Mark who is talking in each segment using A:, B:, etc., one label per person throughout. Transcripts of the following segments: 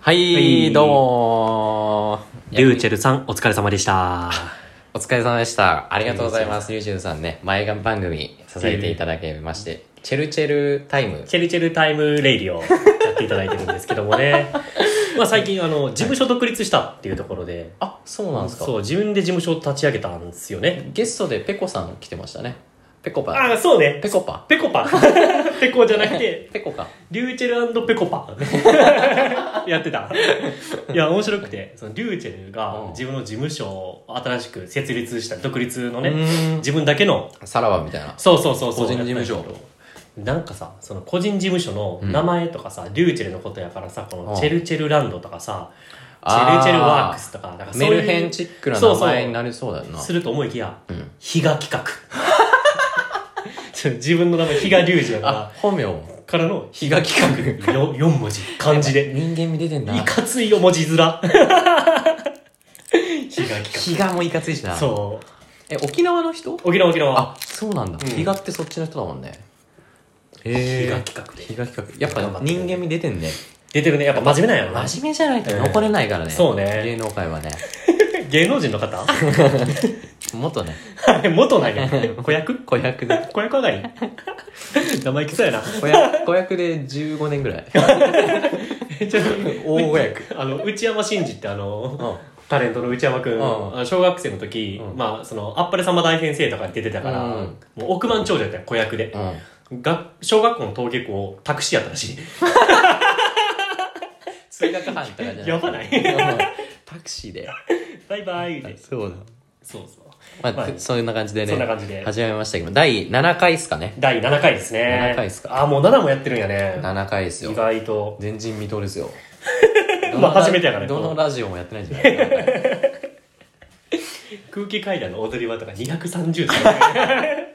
A: はい、
B: はい
A: どうもリューチェルさん、お疲れ様でした。
B: お疲れ様でした。ありがとうございます。YouTube さんね、前番組支えていただきまして、チェルチェルタイム。
A: チェルチェルタイムレイディをや っていただいてるんですけども ね。まあ最近、あの、事務所独立したっていうところで、
B: あ、そうなんですか。
A: そう、自分で事務所を立ち上げたんですよね。
B: ゲストでペコさん来てましたね。ペコパ。
A: ああ、そうね
B: ペ。コパ。
A: ペコパ。 ペコじゃなくて、
B: ペコか。
A: リューチェルペコ パ。やってた。いや、面白くて、そのリューチェルが自分の事務所を新しく設立した、独立のね、自分だけの
B: さらばみたいな。
A: そうそうそうそう
B: 個人事務所
A: なんかさその個人事務所の名前とかさ、リューチェルのことやからさこ
B: う
A: の
B: ん
A: チェルチェルランドとかさチ
B: あー
A: ェルチェルワークスとかなんかそうい
B: メ
A: う
B: ルヘンチックな名前になりそうだよな。
A: そうそうすると思いきや、
B: ん
A: 比嘉企画自分の名前比嘉隆二だか
B: あ、本名。
A: らからの
B: 比嘉企画。
A: 4, 四文字漢字で
B: 人間味出てんな。
A: いかついよ文字面比嘉企
B: 比嘉もいかついしな
A: 画。そう
B: え、沖縄の人
A: 沖縄沖縄
B: あ、そうなんだ。
A: うん
B: 比嘉ってそっちの人だもんね。
A: 比
B: へ
A: 嘉
B: え。
A: 企画で
B: 比嘉企画。やっぱ人間味出てんね。
A: 出てるねやっぱ真面目なんやろな
B: 真面目じゃないと
A: うん
B: 残れないからね。
A: そうね
B: 芸能界はね。
A: 芸能人の方
B: もっとね、
A: はい元なんや子役
B: 子役で。
A: 小役上がり名前きそうやな。
B: 子役子役で15年ぐらい。
A: ちょっ
B: 大子役。
A: とあの、内山真二ってあの、
B: うん。
A: タレントの内山くん、
B: うん
A: あの小学生の時、
B: うん
A: まあ、その、あっぱれ様大先生とかに出てたから、
B: うん
A: もう億万長者やったよ、子役で。
B: うん。
A: が小学校の登下校、タクシーやったらしい。
B: 追学班とかじゃない。
A: やばない
B: うんタクシーで。
A: バイバイ言うて
B: そうだ。
A: そうそう。
B: まあ、
A: はい
B: そんな感じでね。
A: そんな感じで
B: 始めましたけど、第7回っすかね。
A: 第7回ですね。
B: 7回っすか
A: あ、もう7もやってるんやね。
B: 7回です
A: 意
B: よ。
A: 外と。
B: 前人未到です よ。
A: まあ初めてやからね
B: どのラジオもやってないんじゃ ないかな。
A: 空気階段の踊り場とか230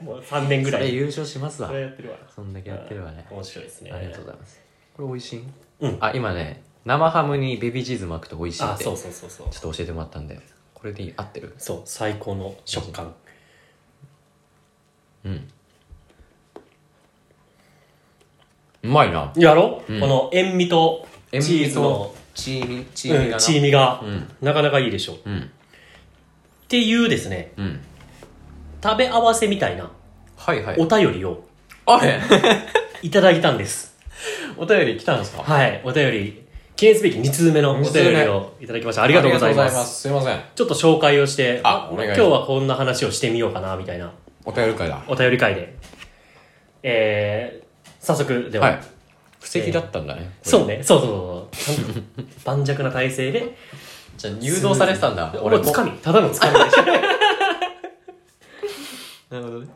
A: もう3年ぐ
B: そ
A: ら
B: れ
A: い。
B: 優勝しますわ
A: そ。れやってるわ。
B: そんだけやってればね。
A: 面白いですね。
B: ありがとうございます。これ美味しい
A: うん
B: あ、今ね、生ハムにベビーチーズ巻くと美味しい
A: あ、
B: って、ち
A: そ
B: ょ
A: う
B: っ
A: そうそうそう。
B: と教えてもらったんで、これでいい合ってる
A: そう、最高の食感。
B: うん。うまいな。
A: やろ、
B: うん
A: この塩味とチ
B: 塩味と
A: ーズの
B: チーミ、チーミ
A: うん
B: が
A: チー
B: な。
A: ミが
B: うん
A: なかなかいいでしょう。っ
B: うん。
A: ていうですね、
B: うん。
A: 食べ合わせみたいな
B: はいは
A: お
B: い。
A: 便りを
B: あれ
A: いただいたんです。
B: お便り来たんですかあ
A: はい、お便り、記念すべき2通目のお
B: 二
A: 便
B: 通目
A: りをいただきました。ありがとうございます。
B: す。すいません。
A: ちょっと紹介をして、
B: あお願い
A: 今
B: します
A: 日はこんな話をしてみようかな、みたいな
B: お便り会だ。
A: お便り会で。えー、早速、では、
B: はい。布石だったんだね。う。
A: そうね、そうそうそうそう。ちゃんと盤石な体 勢で、
B: じゃあ誘導されてたんだ。
A: 俺、つかみ、ただのつかみ でした。
B: なるほどね。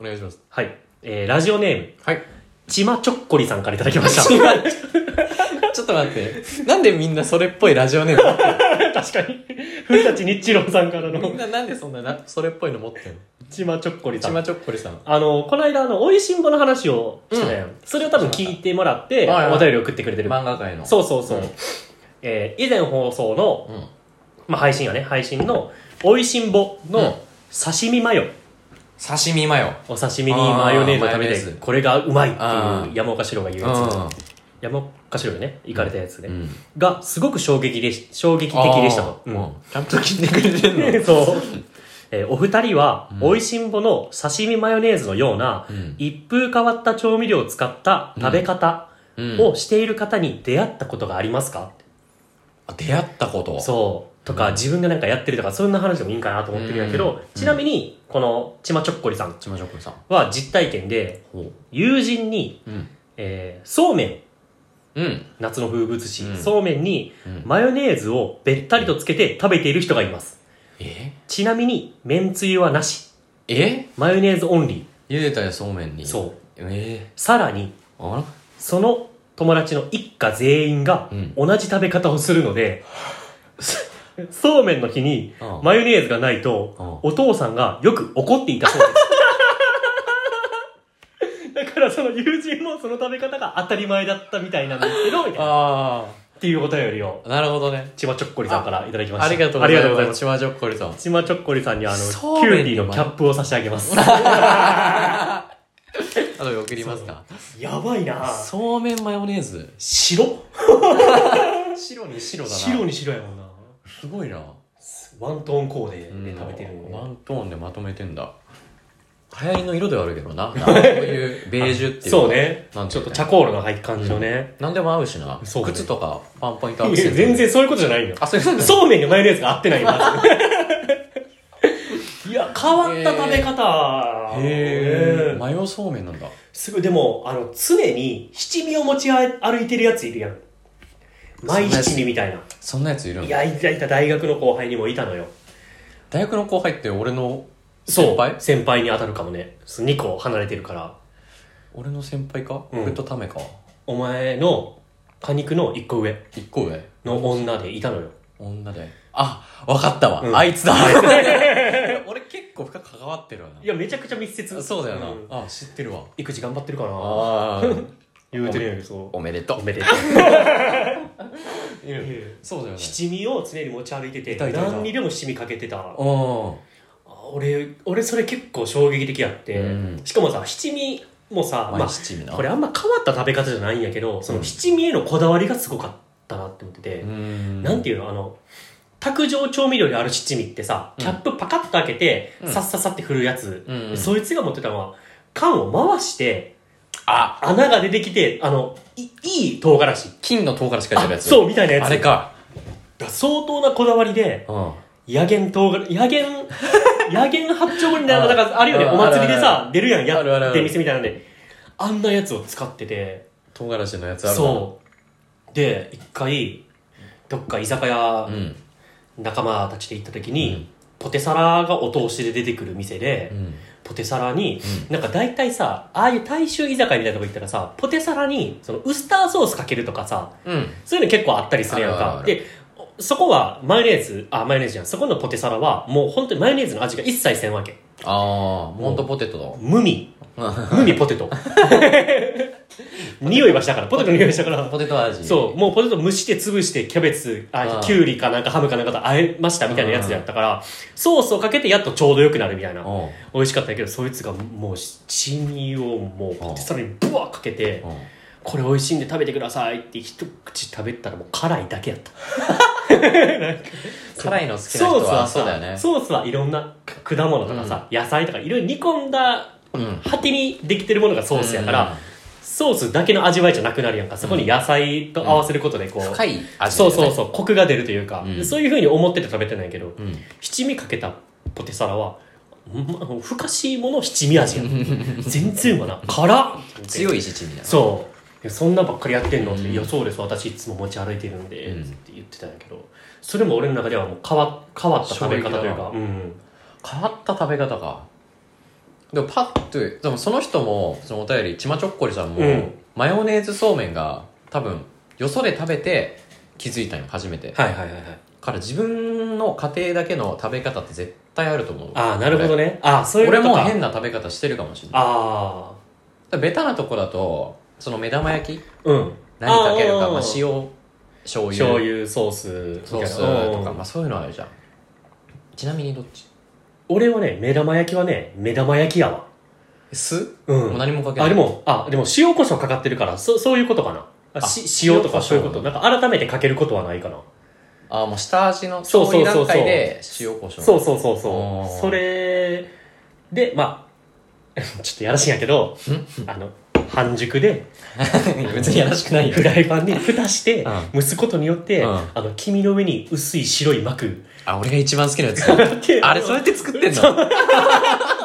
B: お願いします。
A: はい。えー、ラジオネーム、
B: はい。
A: ちまちょっこりさんからいただきました。
B: ちょっと待って。なんでみんなそれっぽいラジオネーム持ってる
A: 確かに。古舘日郎さんから
B: み
A: の
B: んななんでそんななそれっぽいの持ってんの
A: ちまちょっこりさ
B: ち
A: ん
B: ま。ちょっこりさん。
A: あの、この間、あの、おいしんぼの話をしてたやん。それを多分聞いてもらって、
B: はいはい
A: お便りを送ってくれてる。
B: 漫画界の。
A: そうそうそう。
B: うん
A: えー以前放送の、
B: うん。
A: まあ、配信やね、配信の、おいしんぼ
B: うん
A: の刺身マヨ。
B: 刺身マヨ。
A: お刺身にマヨネーズを食
B: あーマ
A: べ
B: ヨネーズ
A: て、これがうまいって
B: あ
A: いう
B: ー
A: 山岡四郎が言うやつ。山岡四郎がね、行かれたやつね。
B: うん。
A: が、すごく衝撃でし、衝撃的でしたと。
B: う
A: うんん
B: うん。ちゃんと聞いてくれてんの
A: そう。えーお二人は、
B: うん
A: 美味しんぼの刺身マヨネーズのような、
B: うん
A: 一風変わった調味料を使った食べ方
B: うん
A: をしている方に出会ったことがありますか、
B: あ出会ったこと。
A: そう。とか、
B: うん
A: 自分がなんかやってるとか、そんな話でもいいんかなと思ってるんやけ
B: う
A: ど、
B: ん
A: ちなみに、この、ちまちょっこりさん
B: ちまちょっこりさん。
A: は実体験で、
B: ほう。
A: 友人に、
B: うん。
A: えーそうめん、
B: うん。
A: 夏の風物詩、
B: うん
A: そうめんに、マヨネーズをべったりとつけて食べている人がいます。
B: え
A: ちなみに、麺つゆはなし。
B: え
A: マヨネーズオンリ
B: 茹でたやそうめんに。
A: ー。そう。
B: え
A: さらに、
B: ー。あら
A: その友達の一家全員が
B: うん
A: 同じ食べ方をするので、そうめんの日に
B: うん
A: マヨネーズがないと、お父さんがよく怒っていたそうです。 だからその友人もその食べ方が当たり前だったみたいなんですけど、みたいな
B: あ
A: っていうお便りを、
B: あ。なるほどね。
A: ちまちょっこりさんからいただきました。
B: ありがとうござ
A: ありがとうござ
B: い
A: い
B: ま。
A: ます
B: ち
A: す。
B: まちょっこりさん。
A: ちまちょっこりさんにあの、キ
B: そう
A: ュ
B: め
A: ー
B: ん
A: ティーのキャップを差し上げ ます。
B: あと送りますか。
A: やばいな
B: そうめんマヨネーズ。
A: 白
B: 白に白だな。
A: 白に白やもんな
B: すごいな。
A: ワントーンコーデで食べてる
B: うんん
A: で
B: ワントーンでまとめてんだ。流行りの色ではあるけ どな。なんかこういうベージュっていうか。
A: そうね
B: なんて
A: ち
B: い
A: ょ
B: う
A: っ
B: かね
A: とチャコールが入った感じのね、
B: なんでも合うしな。
A: そうね
B: 靴とかパンポイントア
A: い
B: ク
A: や
B: セント。
A: 全。然そういうことじゃないよ
B: あ、そういうこと
A: そうめんにマヨネーズが合ってないま ずいや変わった食べ方
B: へ
A: ね
B: え。マヨそうめんなんだ。
A: すごいでもあの常に七味を持ち歩いてるやついるやんマイ七味みたいな
B: そんなやついるの
A: いやいたいた大学の後輩にもいたのよ
B: 大学の後輩って俺の
A: そう
B: 先輩
A: 先輩に当たるかもね2個離れてるから
B: 俺の先輩か、
A: うん
B: 俺とタメか。
A: お前の果肉の1個上
B: 一個上。
A: の女でいたのよ
B: 女で。あ、わかったわ。
A: うん
B: あいつ だ。俺結構深く関わってるわ
A: いやめちゃくちゃ密接
B: な。そうだよな。
A: ん
B: あ、知ってるわ。
A: 育児頑張ってるかな
B: ああ。
A: 言うてるやんけそ う
B: おめでと
A: お
B: う。
A: めでとういやいや
B: そうだよね。
A: 七味を常に持ち歩いてて
B: いたいたいた
A: 何にでも七味かけてた
B: うん。
A: あ俺俺それ結構衝撃的やって、
B: うん
A: しかもさ七味もさ、
B: ま
A: ま
B: あ、
A: あ、
B: 七味な。
A: これあんま変わった食べ方じゃないんやけどその七味へのこだわりがすごかったなって思ってて、
B: うん。
A: なんていうのあの卓上調味料である七味ってさキャップパカッと開けて、
B: うん
A: さっさっさって振るやつ、
B: うんうん
A: そいつが持ってたのは缶を回して
B: あ、
A: 穴が出てきてあのいいい唐辛子
B: 金の唐辛子書いてあるやつ。
A: そうみたいなやつ
B: あれか。
A: だ相当なこだわりで
B: うん。
A: 野源唐辛子 野源野源八丁堀みたいななんかあるよね
B: うん
A: お祭り
B: あるあ
A: で
B: るあ
A: さ出るやん
B: あるあるあ
A: や
B: る
A: 出店みたいなんであんなやつを使ってて
B: 唐辛子のやつあるな
A: そうで一回どっか居酒屋
B: うん。
A: 仲間たちで行った時に、ポテサラがお通しで出てくる店で、
B: うん。
A: ポテサラに、なんか大体さああいう大衆居酒屋みたいなとこ行ったらさポテサラにそのウスターソースかけるとかさ
B: うん。
A: そういうの結構あったりするやん
B: あるある
A: か
B: ある
A: でそこはマヨネーズあマヨネーズじゃんそこのポテサラはもう本当にマヨネーズの味が一切せんわけ
B: ああ、モントポテトだわ。
A: 無味無味 ポテト 匂いはしたからポテトの匂いしたから
B: ポテト味。
A: そう、もうポテト蒸して潰して、キャベツ、
B: う
A: あ
B: ん、
A: キュウリかなんかハムかなんかと和えましたみたいなやつやったから、ソースをかけてやっとちょうどよくなるみたいな。
B: うん。
A: 美味しかったけど、そいつがもう七味をもうポテサラにブワーかけて、
B: うん。
A: これ美味しいんで食べてくださいって一口食べたらもう辛いだけやった。
B: 辛いの好きな人
A: ソースは
B: は
A: さ
B: そうだよね。
A: ソースはいろんな果物とかさ、野菜とかいろいろ煮込んだ
B: うん。
A: 果てにできてるものがソースやから、ソースだけの味わいじゃなくなるやんか。そこに野菜と合わせることでこう、
B: 深い味だ
A: そ
B: よ
A: う
B: ね
A: そうそうコクが出るというか、
B: うん
A: そういうふうに思ってて食べてないけど、
B: うん。
A: 七味かけたポテサラは、ま、ふかしいもの七味味やん全然うまな辛っ
B: 強
A: い
B: い七味だな。
A: そういやそんなばっかりやってんのって、
B: うん
A: いやそうです私いつも持ち歩いてるんで、
B: うん
A: って言ってたんやけどそれも俺の中ではもう変わ変わった食べ方という
B: 衝撃だ
A: か、うん、
B: 変わった食べ方かでもパッとでもその人もそのお便りちまちょっこりさんも、
A: うん
B: マヨネーズそうめんが多分よそで食べて気づいたんよ初めて
A: はいはいはいはい
B: から自分の家庭だけの食べ方って絶対あると思う
A: ああなるほどねああそう
B: 俺
A: いう
B: 俺
A: ことか
B: も変な食べ方してるかもしれない
A: あ
B: だからベタなとこだとその目玉焼き
A: あうん
B: 何かけるか
A: あー
B: まあ、塩醤油
A: 醤油ソースみた
B: ソ
A: い
B: ー
A: な
B: スと
A: う
B: か、
A: ん
B: まあ、そういうのあるじゃんちなみにどっち
A: 俺はね目玉焼きはね目玉焼きやわ
B: 酢、
A: うん
B: もう何もかけない
A: あ、でも、あ、でも塩コショウかかってるから、そそういうことかな。あし塩とかそういうこと。
B: 塩コショウ
A: なんか改めてかけることはないかな。
B: あーもう下味の
A: そう
B: 調
A: そう
B: 理
A: そうそう
B: 段階で塩コショウ
A: そうそうそう
B: あ
A: そ
B: ー
A: う。それで、まあ、 ちょっとやらしいんやけど、あの、半熟で、
B: 別にやらしくないよ
A: フライパンに蓋して
B: うん、
A: 蒸すことによって、
B: うん
A: あの、黄身の上に薄い白い膜。
B: あ俺が一番好きなや つあれそうやって作ってん
A: そ
B: の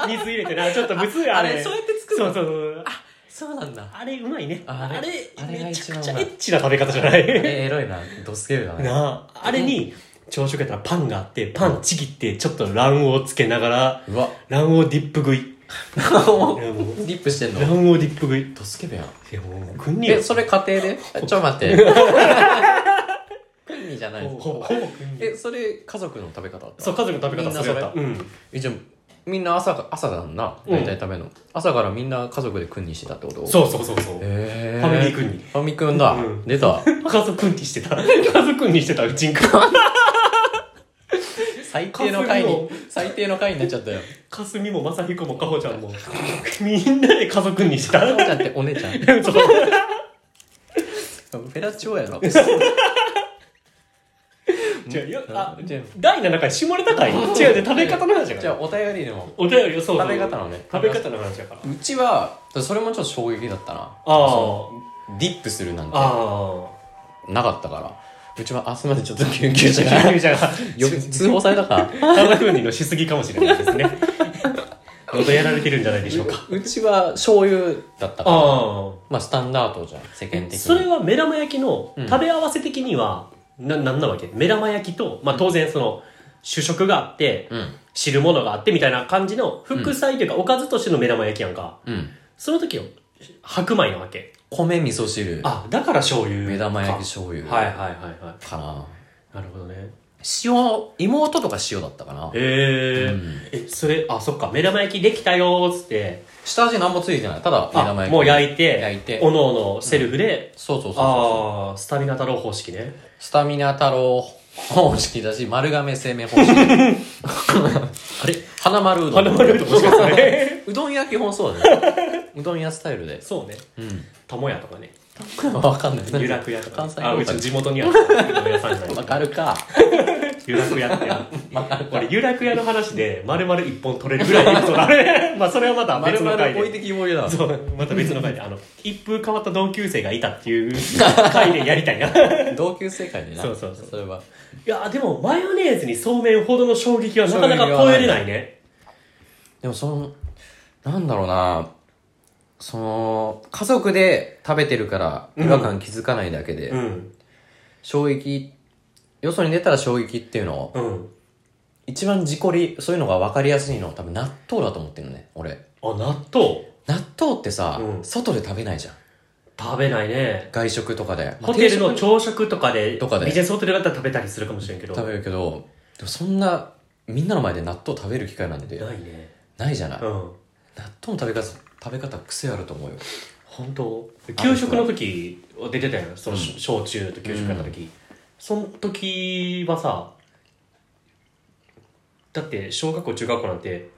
A: 水入れてな、ちょっとむずい
B: あ
A: あ
B: れ
A: れ。
B: そう
A: そう
B: やって作る
A: そ
B: の
A: うそう。あ
B: そうなんだ
A: あれうまいね。
B: あ
A: あ
B: れ
A: れ、
B: あれが
A: め
B: 一
A: ちゃ
B: 番う
A: くち
B: ま
A: ゃ
B: い
A: エッチな食べ方じゃない
B: あれエロいなドスケベだね
A: なああれに朝食やったらパンがあってパンちぎってちょっと卵黄つけながら
B: うわ
A: 卵黄ディップ食いいやもう
B: リップしてんの
A: 卵黄ディップ食いい
B: ドスケベやん
A: やもう国よ
B: えそれ家庭であちょ待 って国じゃない
A: ほぼ
B: の
A: ほぼほぼ国
B: えそれ家族の食べ方
A: そう家族の食べ
B: み
A: 方
B: んな
A: それやったうん
B: えじゃあみんな朝か朝だもんな
A: うん
B: 大体食べるの朝からみんな家族で訓にしてたってこと
A: そうそうそうそう
B: へえ
A: ファミリー君に
B: ファミ君だ、
A: うん
B: 出 た
A: 家族にしてた家族にしてたうちんか
B: 最低の回に 最低の回になっちゃったよ
A: かすみもまさひこもかほちゃんもみんなで家族にしてた
B: おちゃんっ てお姉ちゃん
A: そう
B: フェラチオやろ
A: じゃあよあじゃあ第7回下ネタ回違うで食べ方の話
B: じ
A: だか
B: ゃ
A: ら
B: あお便りでも
A: お便りそうそう
B: 食べ方のね
A: 食べ方の話だから
B: うちはそれもちょっと衝撃だったな
A: ああ
B: そのディップするなんて
A: あ
B: なかったからうちはあすみませんちょっと救急車
A: あ
B: が
A: みちゃんが
B: よ通報されたか
A: 田中にのしすぎかもしれないです ね喉やられてるんじゃないでしょうか
B: ううちは醤油だったから
A: あ
B: まあスタンダードじゃん世間的に
A: それは目玉焼きの
B: うん
A: 食べ合わせ的には、ななんなわけ目玉焼きと、まあ、当然その主食があって、
B: うん
A: 汁物があってみたいな感じの副菜というかおかずとしての目玉焼きやんか、
B: うん
A: その時よ白米なわけ
B: 米味噌汁
A: あだから醤油
B: 目玉焼き
A: き
B: 醤油
A: はいはいはいはい
B: かな
A: なるほどね
B: 塩妹とか塩だったかな
A: へー
B: うん
A: えそれあそっか目玉焼きできたよーっつって
B: 下味何もついてないただ目
A: あ
B: 玉焼き
A: もう焼いて
B: 焼いて
A: おのおのセルフで、
B: そうそうそうそう
A: ああスタミナ太郎方式ね
B: スタミナ太郎方式だし丸亀製麺 方式あれ花丸うどん
A: 花丸ともし かしたらね
B: うどん屋基本そうだ ねうどん屋スタイルで
A: そうね
B: うん
A: 友屋とかね
B: わかんない
A: 湯楽屋とか
B: 関西
A: あ
B: ロ
A: う
B: ー
A: ち
B: カ
A: の
B: ル
A: 地元には 友屋さんじゃな
B: わ
A: い
B: かるか
A: 湯楽屋って俺湯楽屋の話で丸々一本取れるぐらいのエピソードあ るまあそれはまた別の回で
B: 的思い出だ
A: そうまた別の回であの一風変わった同級生がいたっ ていう回でやりたいない
B: 同級生会でな
A: そうそうそう
B: れは
A: やでもマヨネーズにそうめんほどの衝撃はなかなか超えれないね
B: でもそのなんだろうなその家族で食べてるから違和感気づかないだけで、
A: うん
B: 衝撃よそに出たら衝撃っていうのを
A: うん
B: 一番事故りそういうのが分かりやすいのは多分納豆だと思ってるのね俺
A: あ納豆
B: 納豆ってさ、
A: うん
B: 外で食べないじゃん
A: 食べないね
B: 外食とかで、まあ
A: ホテルの
B: 定食
A: 朝食とかで
B: とかで
A: ビジネスホテルだったら食べたりするかもしれんけど
B: 食べるけどでもそんなみんなの前で納豆食べる機会なんて
A: ないね
B: ないじゃない、
A: う
B: 納
A: ん
B: 豆の食べ方食べ方癖あると思うよ
A: 本当給食の時出てたよその小中と給食やった時、その時はさだって小学校中学校なんて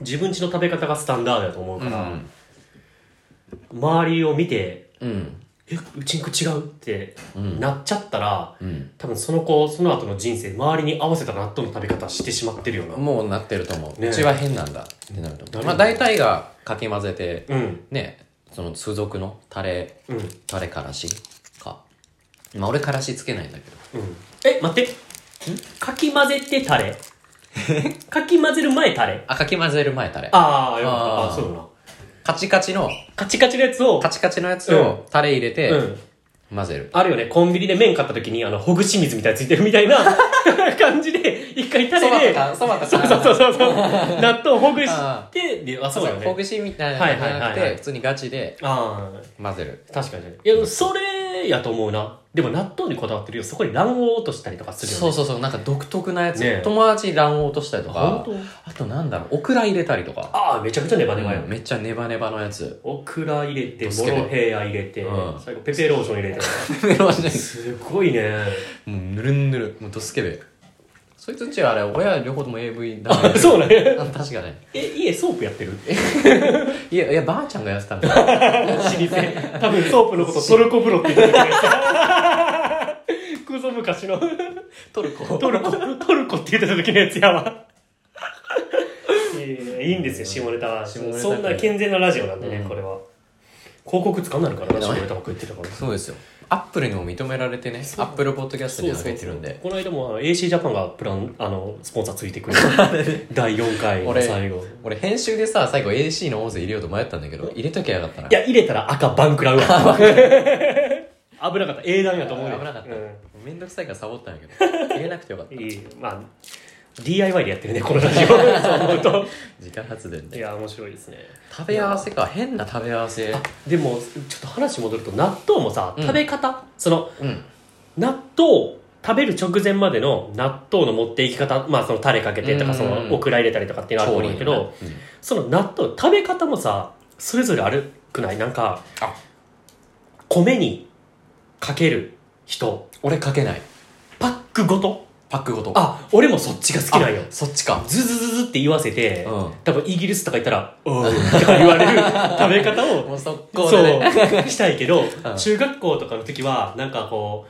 A: 自分ちの食べ方がスタンダードやと思う
B: う
A: から、
B: ん
A: 周りを見て
B: うん
A: 「えうちんく違う?」って
B: うん
A: なっちゃったら、
B: うん
A: 多分その子その後の人生周りに合わせた納豆の食べ方してしまってるよな
B: もうなってると思う、
A: ねえ
B: うちは変なんだってなると思
A: なるほ
B: う、
A: ど
B: まあ、大体がかき混ぜて
A: うん
B: ねその通俗のタレ
A: うんうん
B: タレからしかまあ俺からしつけないんだけど
A: え待ってかき混ぜてタレかき混ぜる前タレ
B: あかき混ぜる前タレ
A: ああ、よかった。あ
B: あー
A: あー、そうだな。
B: カチカチの
A: カチカチのやつを、
B: カチカチのやつをタレ入れ
A: う
B: て
A: ん。
B: 混 ぜる、
A: あるよね、コンビニで麺買った時に、あの、ほぐし水みたいについてるみたいな 感じで、一回タ
B: そば
A: レ
B: と
A: で、
B: かそばとか
A: そうそうそうそう、 納豆をほぐして、で、あ、
B: そ
A: そ
B: だよ
A: ううだよ
B: ねほ
A: ね。
B: ぐしみたいなのじゃな
A: は
B: く
A: いはいはいは
B: て
A: い
B: 普通にガチで
A: ああ、
B: 混ぜる
A: 確かに。いや、それやと思うな。でも納豆にこだわってるよ。そこに卵黄を落としたりとかするよね。
B: そうそうそうなんか独特なやつ、
A: ねえ
B: 友達に卵黄落としたりとか
A: 本
B: あとなんだろうオクラ入れたりとか
A: ああ、めちゃくちゃネバネバや
B: うんめっちゃネバネバのやつ
A: オクラ入れて、
B: ド
A: モ
B: スケベ
A: ロヘイヤ入れて
B: うん、
A: 最後ペペローション入れて。
B: メロンじゃない
A: すごいね。
B: もうぬるんぬるもうドスケベそいつんちはあれ親両方とも AV だ
A: あそうなんや。
B: 確かね
A: え、家ソープやってる
B: いやいやばあちゃんがやってたんだ
A: 老舗多分ソープのことトルコ風呂って言って たクソ昔の
B: トルコ
A: トルコトルコって言ってた時のやつやわいやいやいいんですよ下ネタは
B: 下ネタ
A: そんな健全なラジオなんでね、
B: うん
A: これは広告使うなるからな
B: やば
A: 下
B: い
A: ネタばっか言ってたから
B: そうですよアップルにも認められてねアップルポッドキャストに上げてるんで
A: この間もあの AC ジャパンがプランあのスポンサーついてくる 第4回の
B: 俺
A: 最後
B: 俺編集でさ最後 AC の音声入れようと迷ったんだけど入れときゃよかったない
A: や入れたら赤バンクラウ わ危なかった英断やと思うよ
B: 危なかった
A: うん
B: めんどくさいからサボったんや けど入れなくてよかった
A: いいまあ DIY でやってるねこのラ ジオそう思うと
B: 時間発電
A: い
B: で
A: や面白いですね
B: 食べ合わせか変な食べ合わせ
A: あでもちょっと話戻ると納豆もさ
B: うん
A: 食べ方、その
B: うん
A: 納豆食べる直前までの納豆の持っていき方まあそのタレかけてとか
B: うん
A: そのオクラ入れたりとかっていうのあると思うんだけ
B: 調理の
A: ど
B: ねうん
A: その納豆食べ方もさそれぞれあるくないなんか
B: あ
A: 米にかける人
B: 俺かけない
A: パックごと
B: パックごと
A: あ俺もそっちが好きなんよ
B: あそっちか
A: ズズズズって言わせて、
B: うん
A: 多分イギリスとか行ったら「おう」とか言われる食べ方を
B: もう速
A: そ
B: 攻
A: う
B: でね
A: したいけど中学校とかの時はなんかこ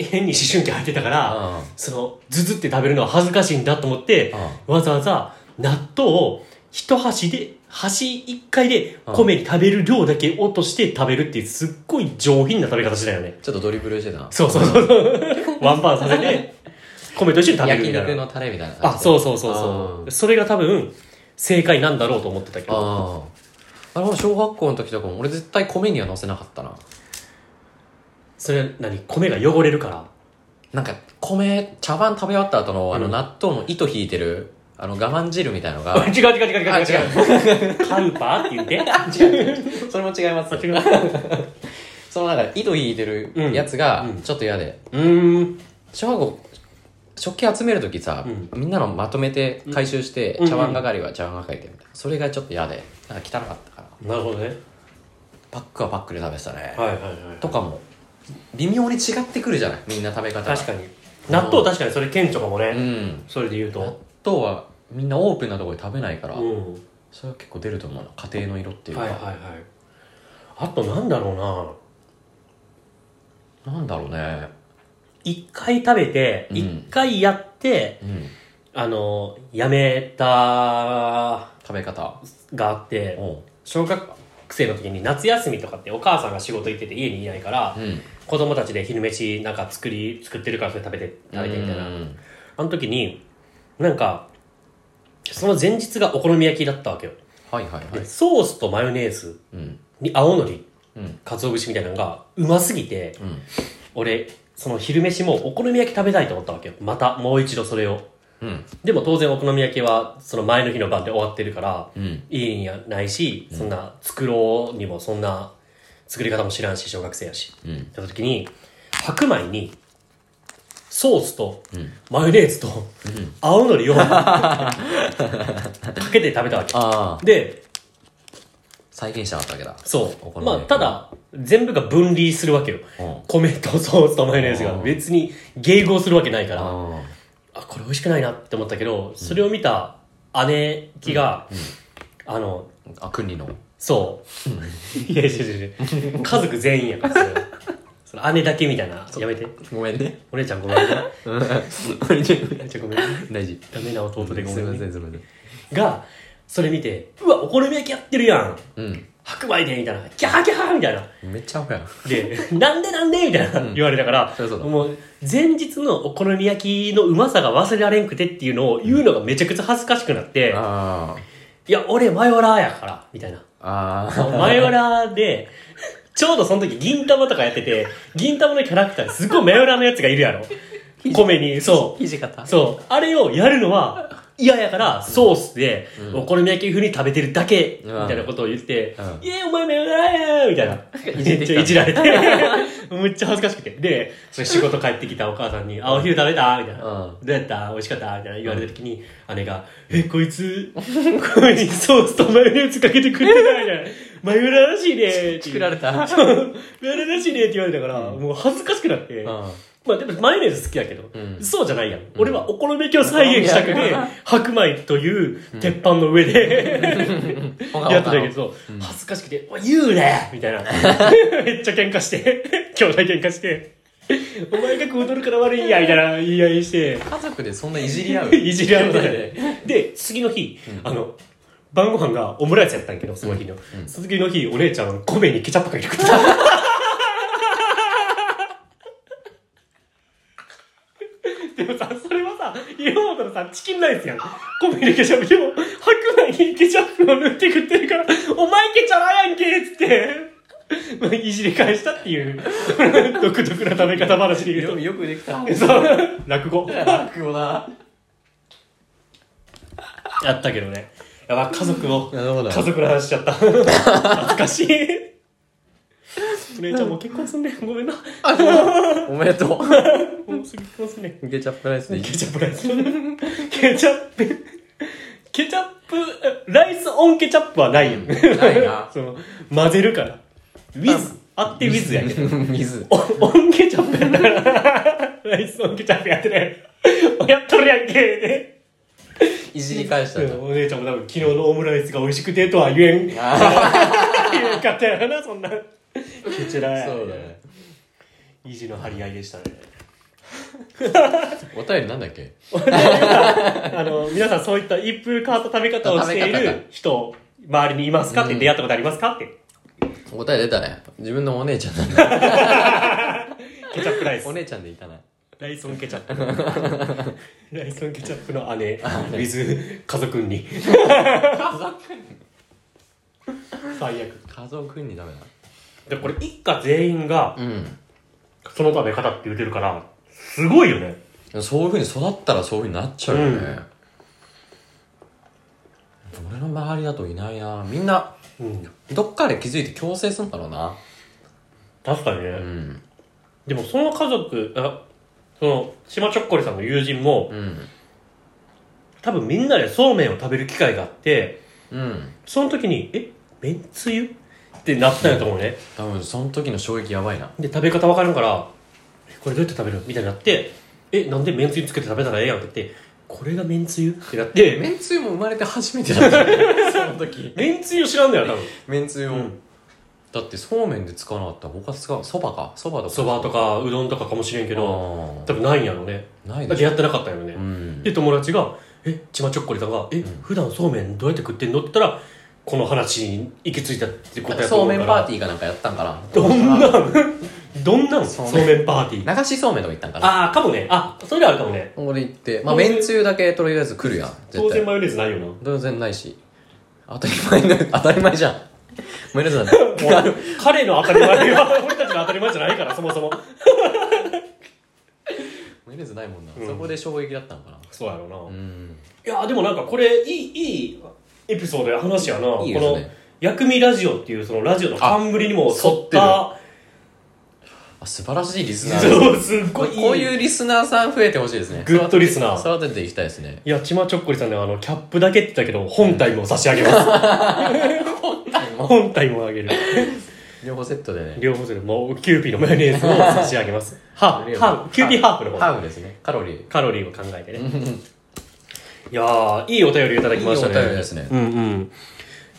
A: う変に思春期入ってたから、
B: うん
A: その、ズズって食べるのは恥ずかしいんだと思って、わざわざ納豆を一箸で、箸一回で
B: うん
A: 米に食べる量だけ落として食べるっていうすっごい上品な食べ方したよね。
B: ちょっとドリブルしてたな
A: そうそう そう。ワンパンさせて、 米と一緒
B: 焼
A: に食べるみたいな。
B: 肉のタレみたいな感じ
A: あ、そうそうそうそう。それが多分、正解なんだろうと思ってたけど。
B: あああれも小学校の時とかも俺絶対米には乗せなかったな
A: それは何米が汚れるから。
B: なんか米茶碗食べ終わった後のあの
A: うん
B: 納豆の糸引いてるあの我慢汁みたいの が
A: 違う違う違う違う
B: あ
A: 違う。カウパーって言 って。違う。
B: それも違います
A: 違う。
B: そのなんか糸引いてるやつが
A: うんうん
B: ちょっと嫌で
A: うーん。
B: 小学校食器集める時さ、みんなのまとめて回収して
A: うん
B: 茶碗係は茶碗係でみたいなそれがちょっと嫌でなんか汚かったから
A: なるほどね。
B: パックはパックで食べてたね
A: はいはいはい。
B: とかも微妙に違ってくるじゃないみんな食べ方が
A: 確かに。納豆確かにそれ顕著かもね。
B: うん
A: それで言うと。
B: 納豆はみんなオープンなところで食べないから、
A: うん。
B: それは結構出ると思うな家庭の色っていうか、
A: はいはいはい。あとなんだろうな。
B: なんだろうね
A: 一回食べて、
B: うん
A: 一回やって、
B: うん
A: あの、やめた
B: 食べ方
A: があって、
B: おう
A: 小学生の時に夏休みとかってお母さんが仕事行ってて家にいないから、
B: うん
A: 子供たちで昼飯なんか作り作ってるからそれ食べて食べてみたいな、
B: うん
A: あの時になんかその前日がお好み焼きだったわけよ、
B: はいはいは
A: で
B: い
A: ソースとマヨネーズ
B: うん
A: に青のり
B: うん
A: 鰹節みたいなのがうますぎて
B: うん
A: 俺その昼飯もお好み焼き食べたいと思ったわけよまたもう一度それを
B: うん
A: でも当然お好み焼きはその前の日の晩で終わってるから
B: うん
A: いいんやないしそんな作ろうにもそんな作り方も知らんし小学生やし
B: うん
A: やった時に白米にソースと
B: うん
A: マヨネーズと
B: ん
A: 青のりを かけて食べたわけ
B: ああ
A: で
B: 再現しちゃったわけだ
A: そ
B: お好
A: う
B: み焼
A: まあ
B: き
A: ただ全部が分離するわけよ
B: うん
A: 米とソースとマヨネーズが
B: うん
A: 別に迎合するわけないから
B: あ
A: あこれ美味しくないなって思ったけどそれを見た姉貴が、あの
B: ああ国の
A: そう いやいやいやいや家族全員やからそれはその姉だけみたいなやめて
B: ごめん ね
A: お姉ちゃんごめんね
B: 大事
A: お姉ちゃんごめんねダメな弟でごめ
B: すい
A: ん
B: ませ
A: ね
B: んすいません
A: がそれ見てうわお好み焼きやってるやん
B: う
A: 白米でみたいなギャーギャーみたいなん
B: めっちゃアホやん
A: で なんでなんでみたいな言われたから、
B: そりゃそうだ
A: もう前日のお好み焼きのうまさが忘れられんくてっていうのを言うのがめちゃくちゃ恥ずかしくなって、
B: あ
A: いや俺マヨラーやからみたいな
B: あああ
A: マヨラーで、 ちょうどその時銀玉とかやってて、銀玉のキャラクターにすごいマヨラーのやつがい るやろ。米に、そう。
B: 肘型
A: そう。あれをやる のは嫌やから、ソースで、お好み焼き風に食べてるだけ、み
B: うん
A: たいなことを言って
B: う、ん
A: イエーイお前マヨラーやみたいな。
B: いじっ
A: め
B: てきた
A: っちゃいじ られて。めっちゃ恥ずかしくて。で、それ仕事帰ってきたお母さんに、あ、お昼食べたみたいな。
B: うん
A: どうやった美味しかったみたいな言われた時に、姉が、え、こいつ、こいつソースとマヨネーズかけて食ってない じゃん。マヨラーらしいねーって。
B: 作られた
A: そうマヨラーらしいねーって言われたから、もう恥ずかしくなって。
B: うん
A: まあでもマヨネーズ好きだけど、
B: うん
A: そうじゃないやん。俺はお好み焼きを再現したくて、白米という鉄板の上で、やってたけど、そう恥ずかしくて、おい言うねみたい な。めっちゃ喧嘩して、兄弟喧嘩して、お前が食うとるから悪いんや、みたいな言い合いして。
B: 家族でそんないじり合う
A: いじり合うみたいで。 で、次の日、あの、晩ご飯がオムライスやったんやけど、その日の。その次の日、お姉ちゃん、米にケチャップかけて食って た。でもさ、それはさ、今までのさ、チキンライスやん。米にケチャップ。でも、白米にケチャップを塗って食ってるから、お前ケチャラやんけっつって。まあ、いじり返したっていう、 独特な食べ方話で言うと。
B: よくでき た
A: そう、落語。
B: 落語だ
A: やったけどね。やばい、家族を、
B: なるほど
A: 家族の話しちゃった。恥ずかしい。お姉ちゃんもう結婚すんねん。ごめんな。
B: おめでとう
A: もうすぐ結婚すんねん。
B: ケチャップライスでいい
A: ケチャップライス。ケチャップ、ケチャップ、ライスオンケチャップはないよ。
B: ない な
A: その、混ぜるから。ウィズ、あってウィズやけど。
B: 水
A: オンオンケチャップやったから。ライスオンケチャップやってね。やっとるやんけ。で
B: いじり返した
A: うん
B: と
A: お姉ちゃんも多分昨日のオムライスが美味しくてとは言えん言えんかったやろなそんなこちら
B: そうだね
A: 意地の張り合いでしたね
B: お便りなんだっけ
A: あの、皆さんそういった一風変わった食べ方をしてい
B: 食べ方
A: る人、周りにいますかって出会ったことありますかって。
B: お便り出たね。自分のお姉ちゃんなんだ。
A: ケチャップライス
B: お。姉ちゃんでいたな。
A: ライソンケチャッ プ。ライソンケチャップの姉、ウィズ、家族に。最悪。
B: 家族にダメだ。
A: で、これ一家全員が
B: う
A: その食べ方って言ってるから、すごいよね。
B: ん。そういう風に育ったらそういう風になっちゃうよね。
A: うん
B: 俺の周りだといないな。みんな、
A: うん。
B: どっかで気づいて強制するんだろうな。
A: 確かにね。
B: うん。
A: でもその家族、あ、その、島ちょっこりさんの友人も、
B: うん。
A: 多分みんなでそうめんを食べる機会があって、
B: うん。
A: その時に、え、めんつゆってなったんやと思うね。
B: 多分その時の衝撃やばいな。
A: で食べ方分からんからえこれどうやって食べるみたいになってえなんでめんつゆつけて食べたらええやんって言ってこれがめんつゆってなって
B: めんつゆも生まれて初めてだったねその時。
A: めんつゆ知らんだよ多分
B: めんつゆを、
A: うん
B: だってそうめんで使わなかったら他使う。そばか。そばとか。
A: そばとかうどんとかかもしれんけ
B: け
A: ど多分ないんやろね
B: ないで
A: だっ
B: してょ。
A: やってなかったんやろね、
B: うん。
A: で友達が「えちまちょっこりさんがえ、普段そうめんどうやって食ってんの?」って言ったらこの話に行き着いたってことやと
B: そう
A: 思
B: め
A: うんから
B: パーティーかなんかやったんかな。
A: どんなん どんなん
B: そ
A: そうう
B: めん
A: めんパーティー
B: 流しそうめんとか行ったんかな。
A: ああかもねあそれであるかもね
B: 俺行って、まあ、
A: 当然
B: めんつゆだけとりあえず来るやん。
A: 当
B: 絶
A: 然
B: 対。
A: マヨネーズないよな
B: 当然ないし。当たり前の、当たり前じゃん。マヨネーズなんだ。
A: もう彼の当たり前は 俺たちの当たり前じゃないからそもそも
B: マヨネーズないもんな。
A: うん
B: そこで衝撃だったのかな。
A: そうやろうな、
B: う
A: い
B: ん。
A: やでもなんかこれいいいいエピソードや話やない
B: いで
A: こ
B: す
A: の
B: ね。
A: 薬味ラジオっていうそのラジオの冠にも沿っ
B: あ
A: た
B: あ、素晴らしいリスナーですね
A: そうすっ
B: こう
A: ごいいい
B: こういうリスナーさん増えてほしいですね。
A: グッドリスナー
B: 育てていきたいですね。
A: いやちまちょっこりさんねあのキャップだけって言ったけど本体も差し上げます本体もあげる
B: 両方セットでね。
A: 両方するもうキューピーのマヨネーズを差し上げますハーフハーフキューピーハーフの方
B: ハーフですね。カロリー。
A: カロリーを考えてね。いやー、いいお便りいただきましたね。
B: いいお便りですね
A: うんうん。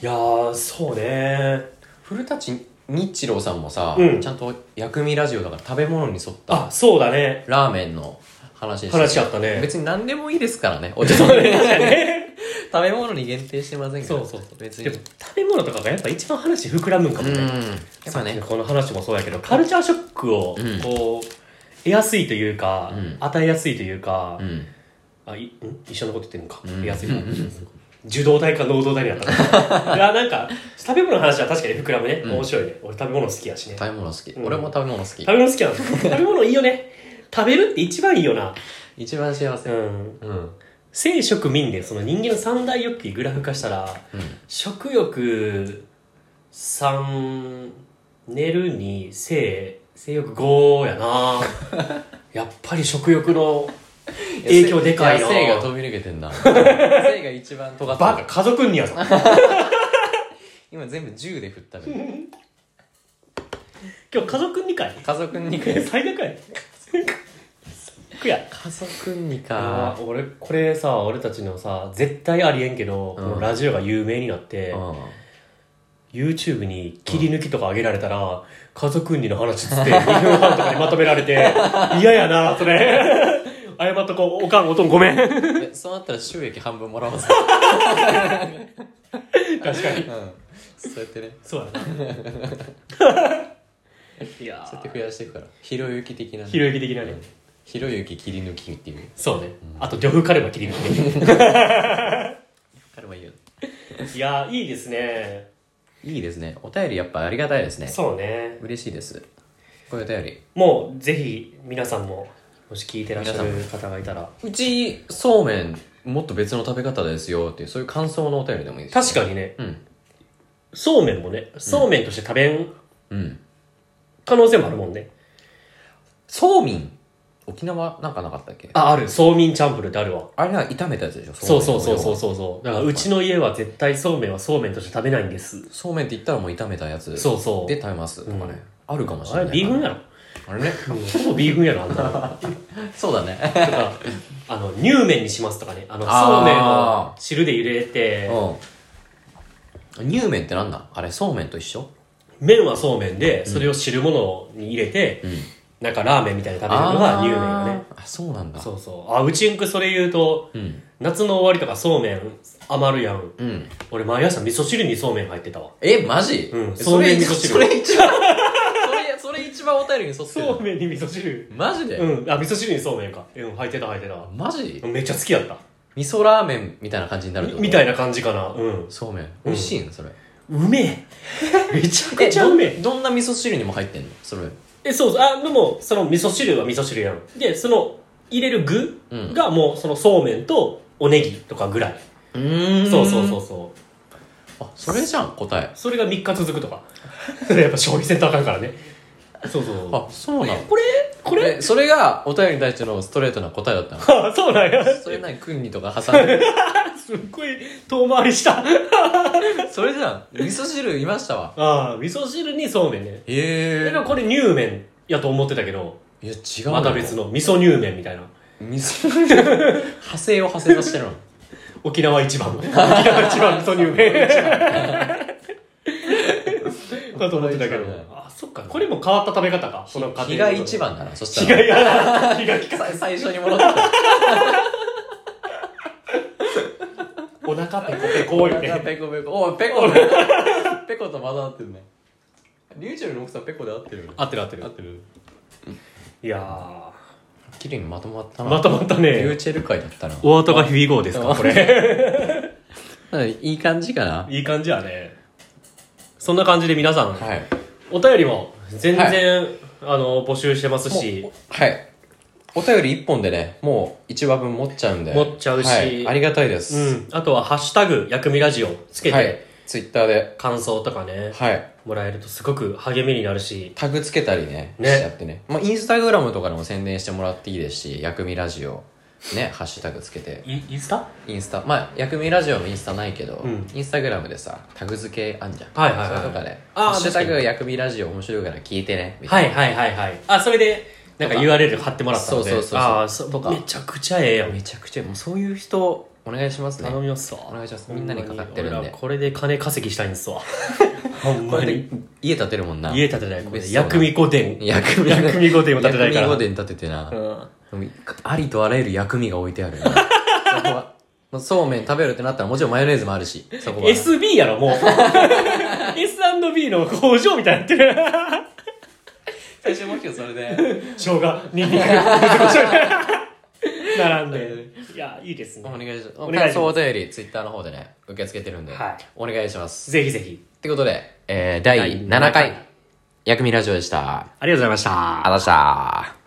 A: いやー、そうね
B: 古舘日郎さんもさ、
A: うん
B: ちゃんと薬味ラジオだから食べ物に沿った
A: あ、そうだね。
B: ラーメンの話でした
A: 話あったね
B: 別に何でもいいですからねお茶 そう食べ物に限定してませんから
A: そうそうそう。
B: 別に
A: でも食べ物とかがやっぱ一番話膨らむんかも
B: うん
A: ね。
B: やっぱね
A: この話もそうやけど、カルチャーショックを
B: うん、
A: こう、得やすいというか、
B: うん
A: 与えやすいというか、
B: うん
A: あいん一緒のこと言ってるのか、
B: ん
A: 得やすい受動体か能動体にな ったないやなんか食べ物の話は確かに膨らむね、
B: うん
A: 面白いね俺食べ物好きやしね
B: 食べ物好き、
A: うん
B: 俺も食べ物好き
A: 食べ物好きなの食べ物いいよね食べるって一番いいよな
B: 一番幸せ
A: う
B: うんん、うん、
A: 生食民でその人間の三大欲求グラフ化したら食欲3寝るに性性欲5や なやっぱり食欲の影響でかいな
B: や性が飛び抜けて んな性が一番尖って
A: バカ
B: る
A: 家族にやぞ
B: 今全部銃で振ったね
A: 今日家族にかい
B: 家族にか
A: 最悪や最悪や
B: 家族に
A: あ
B: か
A: ー俺これさ俺たちのさ絶対ありえんけど、このラジオが有名になって、
B: うん
A: YouTube に切り抜きとか上げられたら、家族運理の話っつって2分 半とかにまとめられて嫌やなそ れ謝っとこうおかんおとんごめん確
B: えそうなったら収益半分もらおうぜ、
A: か
B: う
A: に
B: ん、そうやってね
A: そうやな いや
B: そうやって増やしていくからひろゆき的なね
A: ひろゆき的なね
B: ひろゆき切り抜きっていう
A: そうね、あと呂布カルマ切り抜きね
B: 彼もいいよ
A: いやいいですね
B: いいですねお便りやっぱありがたいですね
A: そうね
B: 嬉しいですこういうお便り
A: もうぜひ皆さんももし聞いてらっしゃる方がいたら
B: うちそうめんもっと別の食べ方ですよっていうそういう感想のお便りでもいいです
A: 確かにね
B: に
A: そうめんもねそうめんとして食べん
B: うんうん
A: 可能性もあるもんね、
B: そうみん沖縄なんかなかったっけ
A: ああるそうみんチャンプルってあるわ
B: あれなんか炒めたやつでしょ
A: そうそうそうそううそうそうだからうちの家は絶対そうめんはそうめんとして食べないんです
B: そうめんって言ったらもう炒めたやつ
A: そうそう
B: で食べますとかね、
A: うん
B: あるかもしれ
A: あれ
B: ない
A: B 群やろ
B: あれね
A: ほぼ B 群やろあん なの
B: そうだね
A: とかあの乳麺にしますとかねあの
B: あー
A: そうめんを汁で茹でて
B: うん乳麺ってなんだあれそうめんと一緒
A: 麺はそうめんでそれを汁物に入れて
B: うん
A: なんかラーメンみたいに食べるのが乳麺よね
B: あーあそうなんだ
A: そうそうあうちんくそれ言うと
B: うん
A: 夏の終わりとかそうめん余るやん
B: うん
A: 俺毎朝味噌汁にそうめん入ってたわ
B: えマジ、
A: うん
B: そ
A: そうめ
B: れ
A: ん味噌汁
B: それ一番 それそれ一番お便りに沿ってる
A: そうめんに味噌汁
B: マジで、
A: うんあ味噌汁にそうめんかうん入ってた入ってた
B: マジ
A: めっちゃ好きやった
B: 味噌ラーメンみたいな感じになるって
A: み
B: こと
A: みたいな感じかなうん
B: そうめん美味しいんそれ
A: うめえ めちゃ
B: え
A: くちゃうめえ
B: どんどんな味噌汁にも入ってんのそれ
A: えそうそうあでもその味噌汁は味噌汁やんでその入れる具
B: うん
A: がもうそのそうめんとおネギとかぐらい、
B: うん
A: そうそうそうそう
B: あそれじゃん答え
A: それが3日続くと かそれやっぱ消費せんとあかんからねそうそう
B: あそうなの
A: これこれ
B: えそれがお便りに対してのストレートな答えだ ったの
A: あそうなんや
B: それなに君にとか挟んで る
A: すっごい遠回りした
B: それじゃん味噌汁いましたわ
A: ああ味噌汁にそうめんねえ
B: え
A: でもこれ乳麺やと思ってたけど
B: えいや違うの
A: また別の味噌乳麺みたいな
B: 味噌派生を派生としてるの
A: 沖縄一番沖縄一番ソニウム だと思ってたけど
B: 沖縄一
A: あそっかこれも変わった食べ方かその家庭
B: 被害一番だなそし
A: 被
B: たら
A: 害が被害
B: さ最初に戻ってた
A: お腹ペコペコ言うて
B: ペコペコおいペコペコとまだ合ってるねリュウチェルの奥さんペコで合ってるよね
A: 合ってる合って
B: 合
A: る
B: ってる
A: いや
B: 綺麗にまとまった
A: ー
B: な
A: まとまった
B: リュウ
A: ね
B: チェル会だったな
A: お後が響こうですかこれ
B: いい感じかない
A: い感じやねそんな感じで皆さん
B: はい
A: お便りも全然あの募集してますし
B: もうはいお便り1本でねもう1話分持っちゃうんで
A: 持っちゃうし
B: はいありがたいで
A: う
B: す、
A: んあとは「ハッシュタグ薬味ラジオ」つけ
B: はい
A: て
B: ツイッターで
A: 感想とかね
B: はい
A: もらえるとすごく励みになるし
B: タグつけたりね
A: ね
B: しちゃってね、まあ、インスタグラムとかでも宣伝してもらっていいですし「薬味ラジオ」ねハッシュタグつけて
A: インスタは
B: インスタまあ薬味ラジオのインスタないけど、
A: ん
B: インスタグラムでさタグ付けあんじゃん
A: はいはいはい
B: それとかね「
A: あー
B: ハッシュタ
A: 確か
B: グ薬味ラジオ面白いから聞いてね」み
A: い
B: たいな、
A: はいはいはいあそれでなんか
B: とか
A: URL 貼ってもらったので
B: そうそうそうそう
A: あーそ
B: とか
A: めちゃくちゃええやん
B: めちゃくちゃもうそういう人お願いしますね
A: 頼みますわ
B: お願いしますみんなにかかってるんで
A: ほまに俺らこれで金稼ぎしたいんですわ ほん
B: こ
A: ま
B: れで
A: に
B: 家建てるもんな
A: 家建てないこれ
B: 別荘な
A: 薬味御殿
B: 薬味
A: 薬味御殿を建てないから
B: 薬味御殿建ててな、でもありとあらゆる薬味が置いてある よなそこはまあそうめん食べるってなったらもちろんマヨネーズもあるしそこは
A: SB や ろもう S&B の工場みたいになってる
B: 最終目標それで
A: 生姜ニ ンニク並んでいやいいです
B: お
A: ね
B: 願いします
A: お願いします
B: 感想お便りツイッターの方でね受け付けてるんで、
A: はい
B: お願いします
A: ぜひぜひ
B: ってことで、えー、第
A: 第
B: 7
A: 七
B: 回
A: 回
B: 薬味ラジオでしたありがと
A: ありがとうございました
B: うございました